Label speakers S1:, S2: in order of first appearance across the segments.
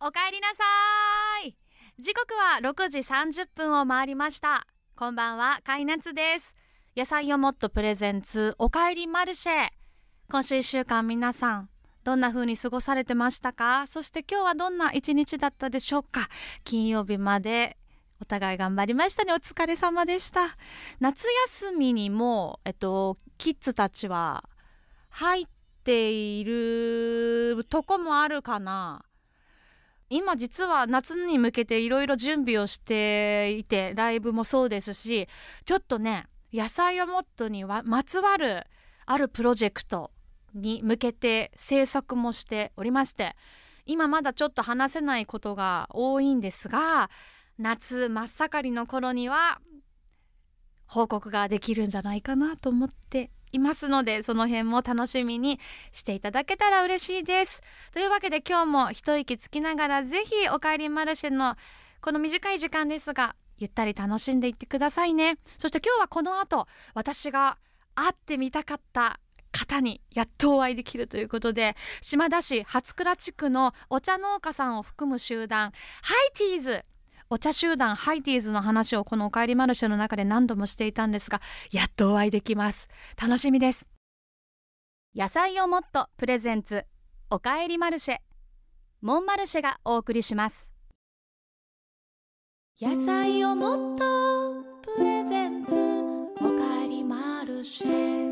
S1: おかえりなさい時刻は6時30分を回りましたこんばんはかいなつです野菜をもっとプレゼンツおかえりマルシェ今週1週間皆さんどんな風に過ごされてましたかそして今日はどんな一日だったでしょうか金曜日までお互い頑張りましたねお疲れ様でした夏休みにもうえっとキッズたちは入っているとこもあるかな今実は夏に向けていろいろ準備をしていてライブもそうですしちょっとね野菜をもっとにはまつわるあるプロジェクトに向けて制作もしておりまして今まだちょっと話せないことが多いんですが夏真っ盛りの頃には報告ができるんじゃないかなと思っていますのでその辺も楽しみにしていただけたら嬉しいです。というわけで今日も一息つきながらぜひ「おかえりマルシェ」のこの短い時間ですがゆったり楽しんでいってくださいね。そして今日はこの後私が会ってみたかった方にやっとお会いできるということで島田市初倉地区のお茶農家さんを含む集団ハイティーズお茶集団ハイティーズの話をこの「おかえりマルシェ」の中で何度もしていたんですがやっとお会いできます楽しみです野菜をもっとプレゼンツおかえりマルシェモンマルシェがお送りします野菜をもっとプレゼンツおかえりマルシェ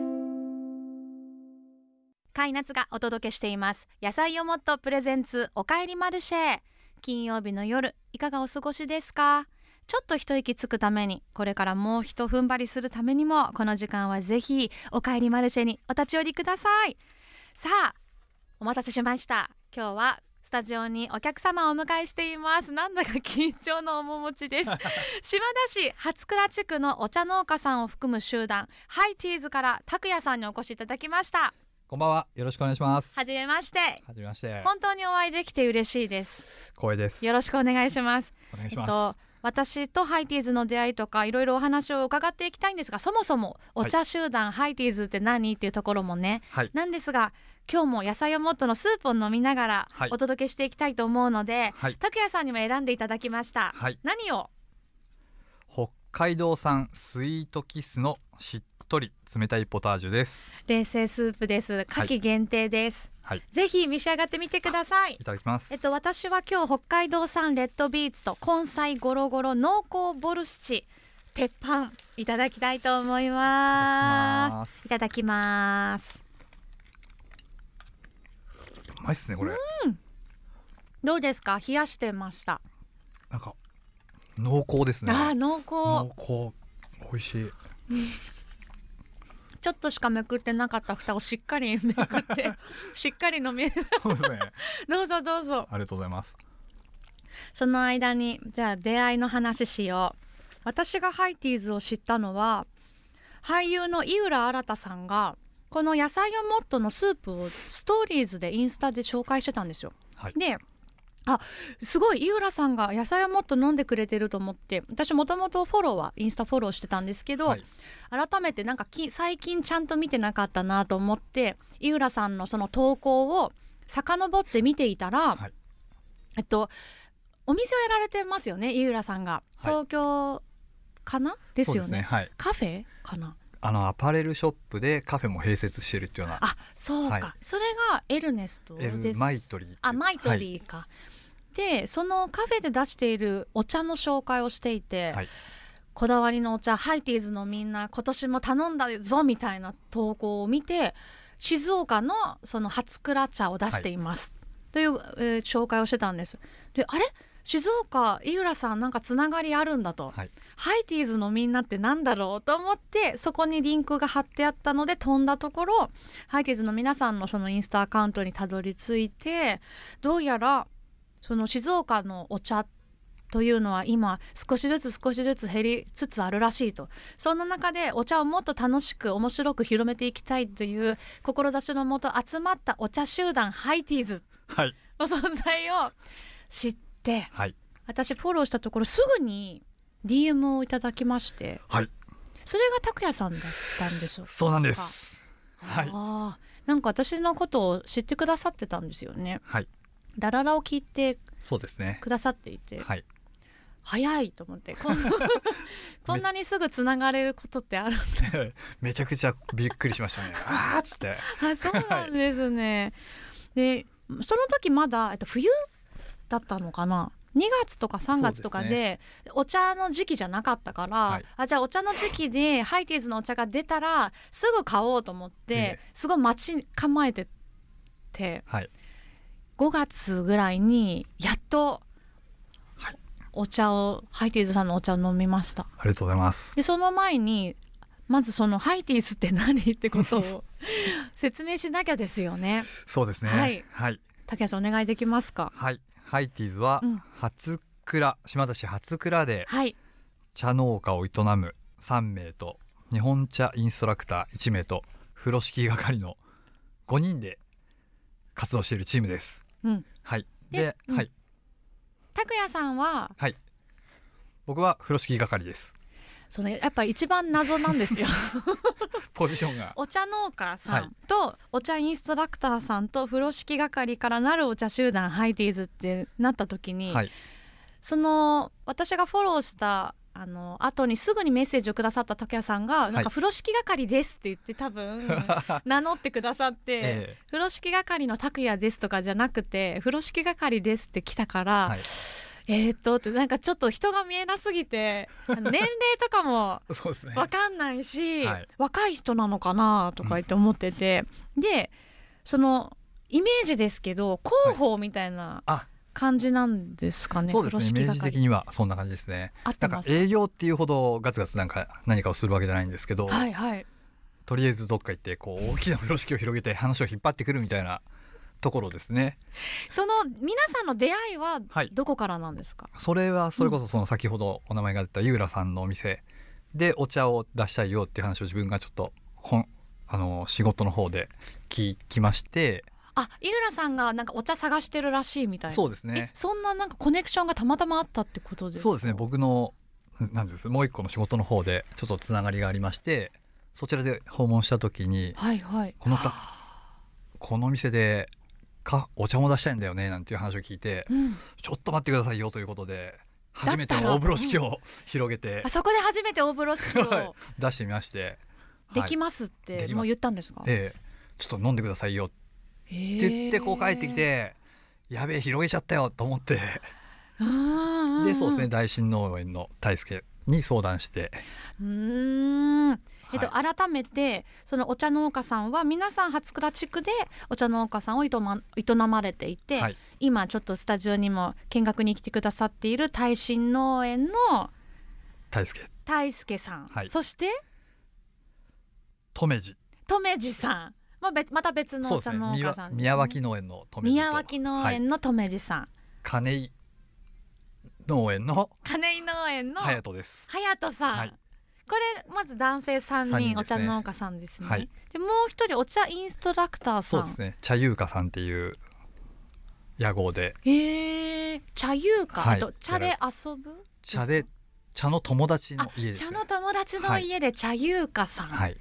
S1: カイナツがお届けしています野菜をもっとプレゼンツおかえりマルシェ金曜日の夜いかがお過ごしですかちょっと一息つくためにこれからもうひと踏ん張りするためにもこの時間はぜひおかえりマルシェにお立ち寄りくださいさあお待たせしました今日はスタジオにお客様をお迎えしていますなんだか緊張の面持ち です島田市初倉地区のお茶農家さんを含む集団ハイティーズから拓也さんにお越しいただきました
S2: こんばんは。よろしくお願いします。
S1: はじめまして
S2: はじめまして。
S1: 本当にお会いできて嬉しいです
S2: 光栄です。
S1: よろ
S2: し
S1: しくお願いします
S2: くお願い
S1: えっ
S2: します。
S1: と、私とハイティーズの出会いとかいろいろお話を伺っていきたいんですがそもそもお茶集団、ハイティーズって何っていうところもね
S2: はい。
S1: なんですが今日も野菜をもっとのスープを飲みながら
S2: はい
S1: お届けしていきたいと思うので、
S2: はい。
S1: 拓也さんにも選んでいただきました、
S2: はい。
S1: 何を
S2: 北海道産スイートキスのしっとり冷たいポタージュです。
S1: 冷製スープです夏季限定です、
S2: はい。
S1: ぜひ召し上がってみてください
S2: いただきます。
S1: えっと、私は今日北海道産レッドビーツと根菜ゴロゴロ濃厚ボルシチ鉄板いただきたいと思います
S2: いただきます
S1: いただきます
S2: うまいっすねこれ。
S1: どうですか冷やしてました、
S2: なんか濃厚ですね。
S1: あー濃厚
S2: 濃厚。美味しい。
S1: ちょっとしかめくってなかった蓋をしっかりめくって しっかり飲み
S2: そうですね。
S1: どうぞどうぞ
S2: ありがとうございます。
S1: その間にじゃあ出会いの話しよう私がハイティーズを知ったのは俳優の井浦新さんがこの「野菜をもっと」のスープをストーリーズでインスタで紹介してたんですよ。
S2: はい
S1: であすごい井浦さんが野菜をもっと飲んでくれてると思って私もともとフォローはインスタフォローしてたんですけど、
S2: はい
S1: 改めてなんかき最近ちゃんと見てなかったなと思って井浦さんのその投稿を遡って見ていたら、
S2: はい
S1: えっとお店をやられてますよね井浦さんが
S2: はい
S1: 東京かな、で
S2: そう
S1: す
S2: で
S1: よ
S2: す
S1: ね
S2: ね。はい。
S1: カフェかな
S2: あのアパレルショップでカフェも併設してるっていうような。
S1: あそうか、
S2: はい
S1: それがエルネスト
S2: エル
S1: です
S2: マイトリー。
S1: あマイト
S2: ー。
S1: リーか、でそのカフェで出しているお茶の紹介をしていて、
S2: はい
S1: こだわりのお茶ハイティーズのみんな今年も頼んだぞみたいな投稿を見て静岡のその初倉茶を出しています、という、えー紹介をしてたんですであれ静岡井浦さんなんかつながりあるんだと、
S2: はい。
S1: ハイティーズのみんなってなんだろうと思ってそこにリンクが貼ってあったので飛んだところハイティーズの皆さんのそのインスタアカウントにたどり着いてどうやらその静岡のお茶というのは今少しずつ少しずつ減りつつあるらしいとそんな中でお茶をもっと楽しく面白く広めていきたいという志のもと集まったお茶集団ハイティーズ
S2: はい。
S1: の存在を知って
S2: はい。
S1: 私フォローしたところすぐに DM をいただきまして
S2: はい。
S1: それが拓也さんだったんですよ。
S2: そうなんです。はい。
S1: ああなんか私のことを知ってくださってたんですよね。
S2: はい。
S1: ラララを聞いて
S2: そうですね
S1: くださっていて、
S2: はい
S1: 早いと思ってこんこんなにすぐつながれることってあるんだ
S2: めちゃくちゃびっくりしましたね あーっつって
S1: あそうなんですね、でその時まだ、えっと、冬だったのかな2月とか3月とかで
S2: そう
S1: お茶の時期じゃなかったから、
S2: はい
S1: あじゃあお茶の時期でハイティーズのお茶が出たらすぐ買おうと思って、
S2: ええ
S1: すごい待ち構えてて
S2: はい
S1: 5月ぐらいにやっと
S2: はい
S1: お茶をハイティーズさんのお茶を飲みました。
S2: ありがとうございます
S1: でその前にまずそのハイティーズって何ってこと を説明しなきゃですよね。
S2: そうですね
S1: はい
S2: はい
S1: 竹谷さんお願いできますか。
S2: はいハイティーズは
S1: うん
S2: 初倉、島田市初倉で
S1: はい。
S2: 茶農家を営む3名と日本茶インストラクター1名と風呂敷係の5人で活動しているチームです。
S1: うん
S2: はい、
S1: で
S2: で、
S1: うん
S2: はい、
S1: 拓也さんは
S2: 僕は風呂敷係です。
S1: そのやっぱ一番謎なんですよ。
S2: ポジションが
S1: お茶農家さ
S2: はい
S1: んとお茶インストラクターさんと風呂敷係からなるお茶集団ハイティーズってなった時に、
S2: はい
S1: その私がフォローしたあの後にすぐにメッセージをくださった竹谷さんが「なん
S2: はい
S1: か風呂敷係です」って言って多 分 名乗ってくださって。
S2: え
S1: 風呂敷係の拓也ですとかじゃなくて風呂敷係ですって来たから、
S2: はい
S1: えーっとってなんかちょっと人が見えなすぎてあ の年齢とかも
S2: えそうですね。
S1: わかんないし、
S2: はい
S1: 若い人なのかなとか言って思ってて、でそのイメージですけど広報みたいな
S2: あ
S1: 感じなんですかね、
S2: そうですね。イメ
S1: 風
S2: ー
S1: 呂敷
S2: ジ的
S1: 係
S2: にはそんな感じですね。
S1: 合っ
S2: な
S1: て
S2: ん
S1: ま
S2: か
S1: す
S2: 営業っていうほどガツガツなんか何かをするわけじゃないんですけど、
S1: はいはい
S2: とりあえずどっか行ってこう大きな風呂敷を広げて話を引っ張ってくるみたいなところですね。
S1: その皆さんの出会いは
S2: はい
S1: どこからなんですか、
S2: それはそれこそその先ほどお名前が出た井浦さんのお店でお茶を出したいよっていう話を自分がちょっと本あの仕事の方で聞きまして、
S1: あ井浦さんがなんかお茶探してるらしいみたいな
S2: そうです
S1: え
S2: ね
S1: そんななんかコネクションがたまたまあったってことですか
S2: そうですね僕のなんですもう一個の仕事の方でちょっとつながりがありましてそちらで訪問した時に
S1: はいはい
S2: このかこの店でかお茶も出したいんだよねなんていう話を聞いて
S1: うん、
S2: ちょっと待ってくださいよということで
S1: たら
S2: 初めての大風呂敷を広げて
S1: あそこで初めて大風呂敷
S2: はい
S1: を
S2: 出してみまして。
S1: で
S2: はい
S1: きますって、
S2: できます
S1: もう言ったんですか、
S2: ええ、ちょっと飲んでくださいよって
S1: って
S2: 言ってこう帰ってきて、やべえ広げちゃったよと思って、でそうですね大新農園の大輔に相談して、
S1: うーんえっと、
S2: はい
S1: 改めてそのお茶農家さんは皆さん初倉地区でお茶農家さんを営ま営まれていて、
S2: はい
S1: 今ちょっとスタジオにも見学に来てくださっている大新農園の
S2: 大輔
S1: 大輔さん、
S2: はい
S1: そして
S2: 留地
S1: 留地さん、まあ、別また別の
S2: そう
S1: お
S2: です
S1: 茶
S2: ね
S1: 農家
S2: 宮
S1: さんですね
S2: 宮脇農園の留地と
S1: 宮脇農
S2: はい
S1: 園の留地さん、
S2: 金井農園の
S1: 金井農園の
S2: 隼人です。
S1: 隼人さん、
S2: はい
S1: これまず男性3人
S2: 三人
S1: お
S2: です
S1: 茶
S2: ね
S1: 農家さんですね、
S2: はい
S1: でもう一人お茶インストラクターさ
S2: そ
S1: ん
S2: うですね茶優香さんっていう屋号で
S1: へえ茶遊か、
S2: はい
S1: えっと茶で遊ぶ
S2: 茶で茶の友達の家です、
S1: 茶
S2: ね、
S1: の友達の家で茶遊かさんの、
S2: はい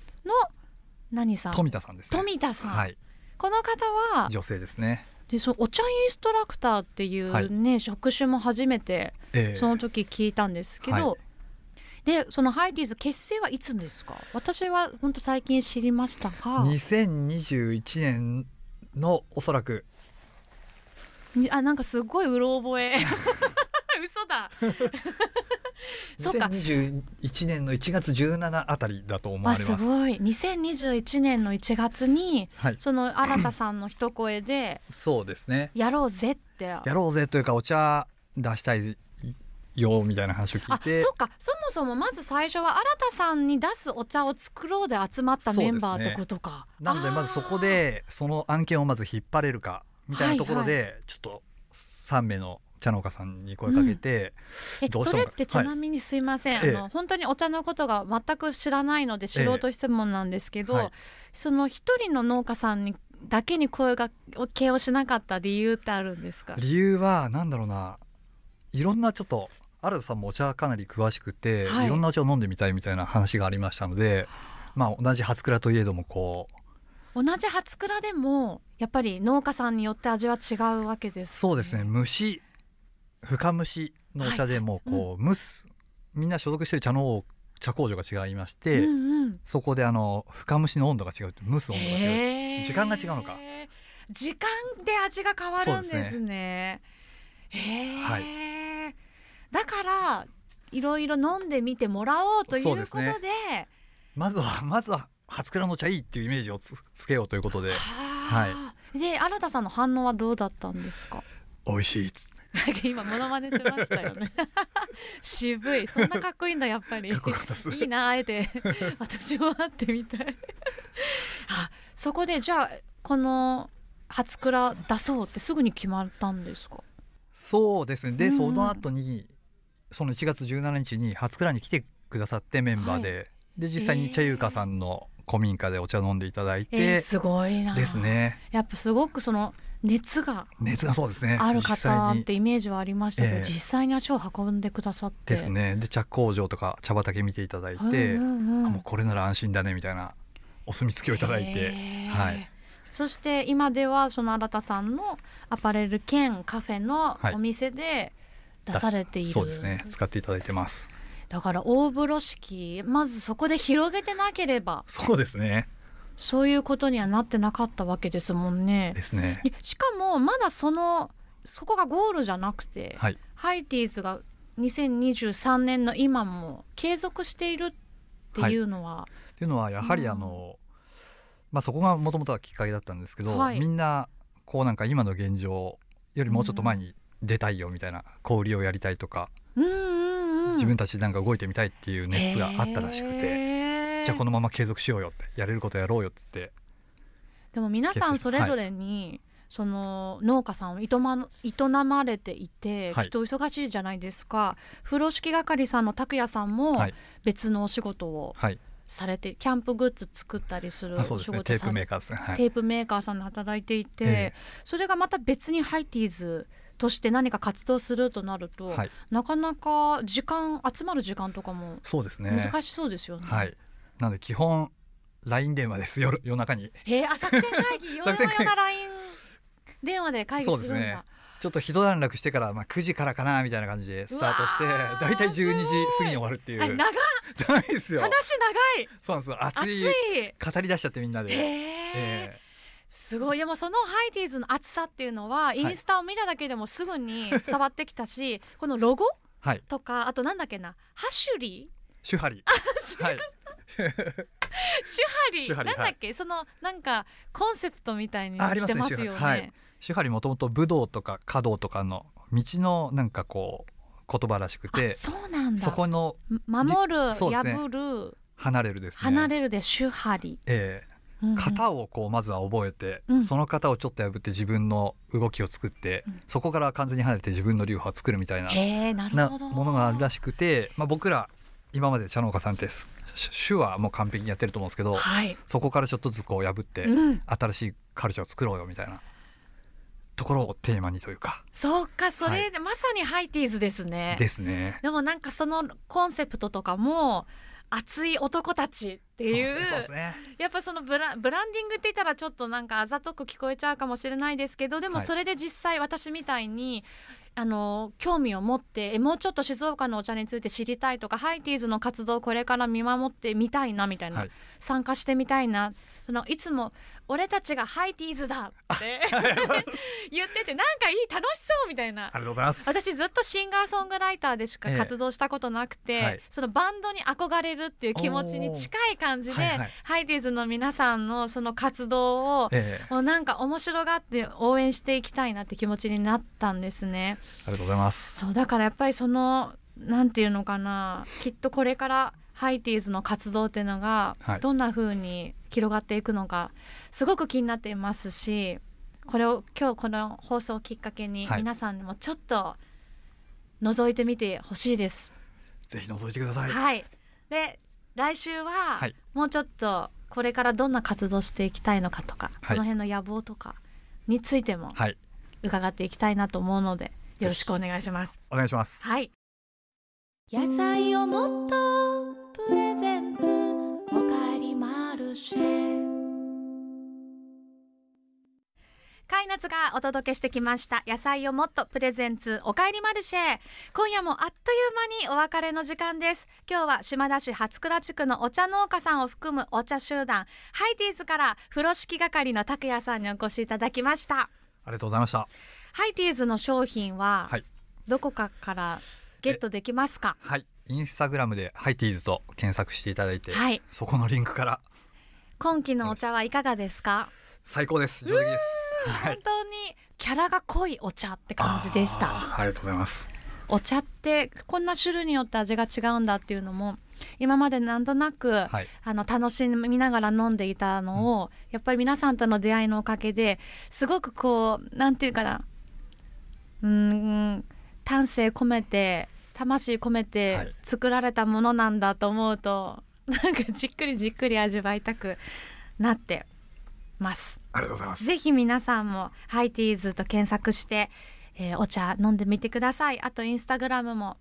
S1: 何さん
S2: 富田さんですね。
S1: 富田さん、
S2: はい
S1: この方は
S2: 女性ですね。
S1: でそのお茶インストラクターってい
S2: はいう
S1: ね、職種も初めて
S2: ええ
S1: その時聞いたんですけど、
S2: は
S1: でそのハイディーズ結成はいつですか私は本当最近知りましたが
S2: 2021年のおそらく
S1: みあなんかすごいうろ覚 え嘘だそっか
S2: 2021年の1月17あたりだと思
S1: ま
S2: わ
S1: あ
S2: れ
S1: す
S2: ます。
S1: ごい2021年の1月に
S2: はい、
S1: その新田さんの一声 で
S2: そうですね。
S1: 「やろうぜ」ってあ
S2: やろうぜというかお茶出したいよみたいな話を聞いて、
S1: そっかそもそもまず最初は新田さんに出すお茶を作ろうで集まったメンバーってことか、
S2: なのでまずそこでその案件をまず引っ張れるかみたいなところでちょっと3名の茶農家さんに声かけて、
S1: え
S2: どうし
S1: そ
S2: たの
S1: れ
S2: か
S1: ってちなみにすいません、
S2: はい
S1: あの本当にお茶のことが全く知らないので素人質問なんですけど、
S2: はい
S1: その一人の農家さんにだけに声がけをしなかった理由ってあるんですか
S2: 理由はなんだろうないろんなちょっと新田さんもお茶かなり詳しくて、
S1: はい
S2: い、ろんなお茶を飲んでみたいみたいな話がありましたので、まあ、同じ初倉といえどもこう
S1: 同じ初倉でもやっぱり農家さんによって味は違うわけです
S2: そうですね蒸し深蒸しのお茶でも
S1: はいはい
S2: こう蒸す、みんな所属してる茶の茶工場が違いまして、
S1: うんうん
S2: そこであの深蒸しの温度が違うって蒸す温度が違う、
S1: へー
S2: 時間が違うのか
S1: 時間で味が変わるん
S2: そう
S1: で
S2: です
S1: すねへえ、
S2: はい
S1: だからいろいろ飲んでみてもらおうという
S2: そう
S1: こ
S2: で
S1: と
S2: す
S1: で
S2: ねまずはまずは初蔵の茶いいっていうイメージをつつけようということで
S1: はあで新田さんの反応はどうだったんですか
S2: 美味しいっつって
S1: なんか 今モノマネしましたよ ね渋いそんなかっこいいんだやっぱり
S2: かっこよかったです
S1: いいなあえ て私も会ってみたいあそこでじゃあこの初倉出そうってすぐに決まったんですか
S2: そうですねで、
S1: うんうん
S2: その後にその1月17日に初蔵に来てくださってメンバーで、で実際に茶優香さんの古民家でお茶飲んでいただいて、
S1: えー、すごいな
S2: ですね
S1: やっぱすごくその熱が
S2: 熱がそうですね
S1: ある
S2: 実際
S1: 方
S2: に
S1: ってイメージはありましたけど、
S2: ええ
S1: 実際に足を運んでくださって
S2: ですねで茶工場とか茶畑見ていただいて、
S1: うんうんうん
S2: あもうこれなら安心だねみたいなお墨付きをいただいて、
S1: へー
S2: はい
S1: そして今ではその新田さんのアパレル兼カフェの
S2: はい
S1: お店で出されている、
S2: そうですね使っていただいてます
S1: だから大風呂敷まずそこで広げてなければ
S2: そうですね
S1: そういうことにはなってなかったわけですもんね
S2: で。すね
S1: いやしかもまだそのそこがゴールじゃなくて、
S2: はい
S1: ハイティーズが2023年の今も継続しているっていうのは、
S2: っていうのはやはりあの、まあそこがもともとはきっかけだったんですけど、
S1: はい
S2: みんなこうなんか今の現状よりもうちょっと前に出たいよみたいな小売りをやりたいとか、
S1: うんうんうん、
S2: 自分たちでなんか動いてみたいっていう熱があったらしくて、
S1: て
S2: じゃあこのまま継続しようよってやれることやろうよって言って
S1: でも皆さんそれぞれに、その農家さんを営ま営まれていて、
S2: はい
S1: きっと忙しいじゃないですか風呂敷係さんの拓也さんも
S2: はい
S1: 別のお仕事を
S2: はい
S1: されて、キャンプグッズ作ったりするお
S2: あ
S1: 仕
S2: そう
S1: 事
S2: です
S1: され
S2: ね
S1: て
S2: テープメーカーですねはい
S1: テープメーカーさんで働いていて、
S2: ええ
S1: それがまた別にハイティーズとして何か活動するとなると、
S2: はい
S1: なかなか時間集まる時間とかも
S2: そうですね
S1: 難しそうですよね。
S2: はいなので基本 LINE 電話です夜夜中に
S1: へえあ作戦会議夜
S2: 作
S1: な
S2: 戦会議
S1: 夜な LINE 電話で会議するん
S2: そう
S1: だ。
S2: ですねちょっと一段落してから、まあ、9時からかなみたいな感じでスタートして
S1: うわー
S2: だいたい12時過ぎに終わるってい
S1: あ
S2: う
S1: 長い
S2: 長いですよ
S1: 話長い
S2: そうなんですよ熱
S1: 熱
S2: い
S1: い
S2: 語り出しちゃってみんなで、
S1: へえ
S2: え
S1: すごいでもそのハイティーズの熱さっていうのはインスタを見ただけでもすぐに 伝わってきたし、このロゴ
S2: ーはい
S1: とかあとなんだっけなハシュリ
S2: 手張りはい
S1: ーシ
S2: シ
S1: ュハ
S2: ュハ
S1: リ
S2: リ
S1: なんだっけ、そのなんかコンセプトみたいに
S2: ああり
S1: し
S2: ま
S1: て
S2: すね
S1: ますよね
S2: シュハリはい手張りもともと武道とか華道とかの道のなんかこう言葉らしくて
S1: あそうなんだ
S2: そこの
S1: 守る、
S2: そうですね
S1: 破る
S2: 離れるですね
S1: 離れるで手張り、
S2: え
S1: うんう
S2: え
S1: ん
S2: 型をこうまずは覚えて、
S1: うん
S2: その型をちょっと破って自分の動きを作って、
S1: うん
S2: そこから完全に離れて自分の流派を作るみたいな
S1: へえなる
S2: な
S1: ほど
S2: ものがあるらしくて、まあ、僕ら今まで茶農家さんってす手はもう完璧にやってると思うんですけど
S1: はい、
S2: そこからちょっとずつこう破って、
S1: うん、
S2: 新しいカルチャーを作ろうよみたいなところをテーマにというか
S1: そうかそれ、でまさにハイティーズですね
S2: ですね。
S1: でもなんかそのコンセプトとかも熱い男たちっていう
S2: そうですねそうです ね
S1: やっぱそのブラブランディングって言ったらちょっとなんかあざとく聞こえちゃうかもしれないですけどでも
S2: はい
S1: それで実際私みたいに、あの興味を持ってえもうちょっと静岡のお茶について知りたいとかハイティーズの活動をこれから見守ってみたいなみたいな、
S2: はい
S1: 参加してみたいなそのいつも「俺たちがハイティーズだ」って 言っててなんかいい楽しそうみたいな
S2: ありがとうございます。
S1: 私ずっとシンガーソングライターでしか
S2: ええ
S1: 活動したことなくて、
S2: はい
S1: そのバンドに憧れるっていう気持ちに近い感じで、
S2: おーはいはい
S1: ハイディーズの皆さんのその活動を、
S2: ええ
S1: もうなんか面白がって応援していきたいなって気持ちになったんですね。
S2: ありがとうございます。
S1: そうだからやっぱりそのなんていうのかなきっとこれからハイティーズの活動っていうのが
S2: はい
S1: どんな風に広がっていくのかすごく気になっていますしこれを今日この放送をきっかけに
S2: はい
S1: 皆さんにもちょっと覗いてみてほしいです。
S2: ぜひ覗いてくださ。
S1: はいい、で来週は
S2: はい
S1: もうちょっとこれからどんな活動していきたいのかとか、
S2: い
S1: その辺の野望とかについても
S2: はい、
S1: 伺っていきたいなと思うのでよろしくお願いします。
S2: お願いします。
S1: はい。野菜をもっとプレゼンツおかえりマルシェ。海夏がお届けしてきました野菜をもっとプレゼンツおかえりマルシェ今夜もあっという間にお別れの時間です今日は島田市初倉地区のお茶農家さんを含むお茶集団ハイティーズから風呂敷係の拓也さんにお越しいただきました
S2: ありがとうございました。
S1: ハイティーズの商品は
S2: はい
S1: どこかからゲットできますか
S2: はい。インスタグラムでハイティーズと検索していただいて、
S1: はい
S2: そこのリンクから
S1: 今期のお茶はいかがですか
S2: 最高です。上出来です。は
S1: 本
S2: い。
S1: 当にキャラが濃いお茶って感じでした
S2: あーありがとうございます。
S1: お茶ってこんな種類によって味が違うんだっていうのも今までなんとなく、
S2: はい。
S1: あの楽しみながら飲んでいたのを、やっぱり皆さんとの出会いのおかげですごくこうなんていうかなうーん丹精込めて魂込め
S2: は
S1: て
S2: い
S1: 作られたものなんだと思うと、 なんかじっくりじっくり味わいたくなってます。
S2: ありがとうございます。
S1: ぜひ皆さんもハイティーズと検索して、えーお茶飲んでみてくださいあとインスタグラムも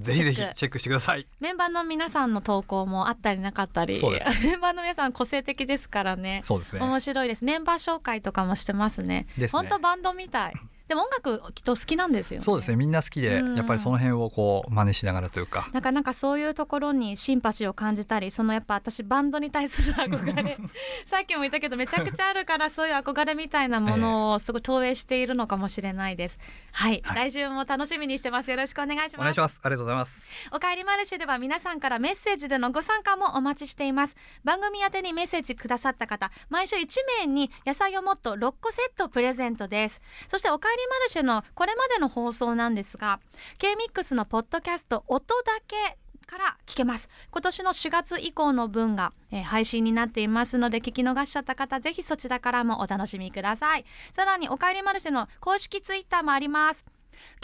S2: ぜひぜひ
S1: チェック
S2: チェックしてください。
S1: メンバーの皆さんの投稿もあったりなかったり、
S2: そうで す
S1: メンバーの皆さん個性的ですからね
S2: そうですね。
S1: 面白いですメンバー紹介とかもしてますね
S2: ですね
S1: 本当バンドみたいでも音楽きっと好きなんですよね
S2: そうですね。みんな好きで、
S1: うん
S2: やっぱりその辺をこう真似しながらというか。
S1: なんかなんかそういうところにシンパシーを感じたりそのやっぱ私バンドに対する憧 れさっきも言ったけどめちゃくちゃあるからそういう憧れみたいなものをすごい投影しているのかもしれないです、はい、
S2: は
S1: 来週も楽しみにしてますよろしくお願いし
S2: お
S1: ま
S2: 願い
S1: す
S2: します。ありがとうございます。
S1: おかえりマルシェでは皆さんからメッセージでのご参加もお待ちしています番組宛てにメッセージくださった方毎週1名に野菜をもっと6個セットプレゼントですそしておかえりマルシェのこれまでの放送なんですが K-MIX のポッドキャスト音だけから聞けます今年の4月以降の分が、えー配信になっていますので聞き逃しちゃった方ぜひそちらからもお楽しみくださいさらにおかえりマルシェの公式ツイッターもあります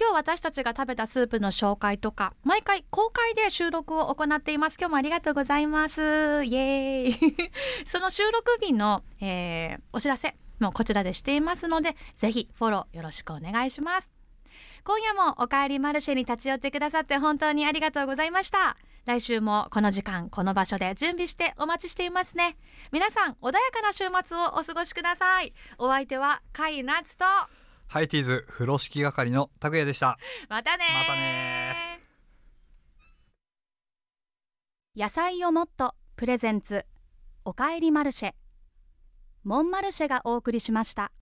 S1: 今日私たちが食べたスープの紹介とか毎回公開で収録を行っています今日もありがとうございますイエーイ その収録日の、えーお知らせもこちらでしていますのでぜひフォローよろしくお願いします今夜もおかえりマルシェに立ち寄ってくださって本当にありがとうございました来週もこの時間この場所で準備してお待ちしていますね皆さん穏やかな週末をお過ごしくださいお相手は甲斐夏と
S2: ハイティーズ風呂敷係の拓也でした。
S1: またねー
S2: またね
S1: 野菜をもっとプレゼンツおかえりマルシェモンマルシェがお送りしました